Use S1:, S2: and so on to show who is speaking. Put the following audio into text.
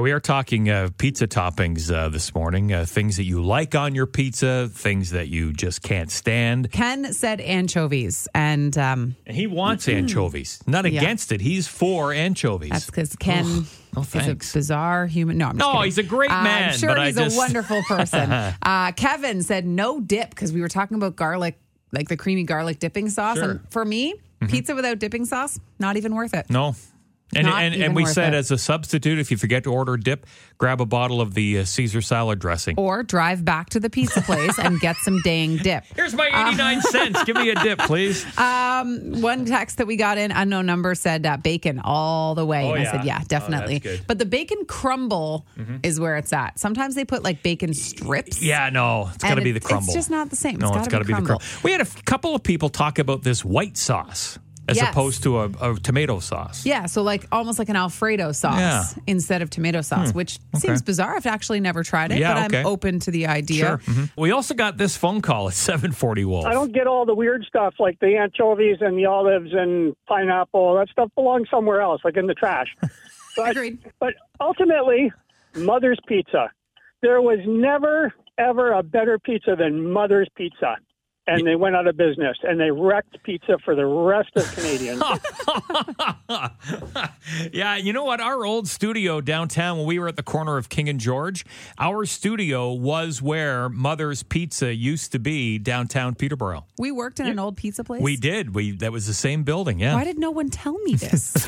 S1: We are talking uh, pizza toppings uh, this morning, uh, things that you like on your pizza, things that you just can't stand.
S2: Ken said anchovies, and um,
S1: And he wants anchovies. Not
S2: Yeah.
S1: against it. He's for anchovies.
S2: that's because Ken
S1: no
S2: is a
S1: Oh, thanks.
S2: bizarre human. No, I'm just
S1: No,
S2: kidding.
S1: he's a great
S2: Uh,
S1: man,
S2: I'm sure
S1: but I
S2: he's
S1: just-
S2: a wonderful person. uh, Kevin said no dip because we were talking about garlic, like the creamy garlic dipping sauce.
S1: Sure. Mm-hmm.
S2: And for me, pizza without dipping sauce, not even worth it.
S1: no. And,
S2: Not
S1: and,
S2: even
S1: and we
S2: worth
S1: said
S2: it.
S1: as a substitute, if you forget to order dip, grab a bottle of the uh, Caesar salad dressing.
S2: Or drive back to the pizza place and get some dang dip.
S1: Here's my 89 cents. Give me a dip, please.
S2: One text that we got in, unknown number, said uh, bacon all the way.
S1: Oh,
S2: and I
S1: yeah.
S2: said, yeah,
S1: Oh,
S2: definitely.
S1: that's good. Mm-hmm.
S2: but the bacon crumble is where it's at. Sometimes they put like bacon strips.
S1: Yeah, no, it's got to
S2: And
S1: be the
S2: it's-
S1: crumble.
S2: it's just not the same.
S1: No,
S2: It's
S1: it's got
S2: gotta
S1: to
S2: be
S1: be, the
S2: crumble.
S1: crumble. We had a f- couple of people talk about this white sauce as
S2: Yes.
S1: opposed to a, a tomato sauce.
S2: Yeah, so like almost like an Alfredo sauce
S1: Yeah. Hmm.
S2: instead of tomato sauce, which seems bizarre. I've actually never tried it,
S1: Yeah,
S2: but
S1: okay.
S2: I'm open to the idea.
S1: Sure. Mhm. We also got this phone call at 740 Wolf.
S3: I don't get all the weird stuff like the anchovies and the olives and pineapple. That stuff belongs somewhere else, like in the trash. But,
S2: Agreed.
S3: But ultimately, Mother's Pizza. There was never, ever a better pizza than Mother's Pizza. And they went out of business and they wrecked pizza for the rest of Canadians.
S1: yeah, you know what? Our old studio downtown, when we were at the corner of King and George, our studio was where Mother's Pizza used to be downtown Peterborough.
S2: We worked in an old pizza place.
S1: We did. We That was the same building. Yeah.
S2: Why did no one tell me this?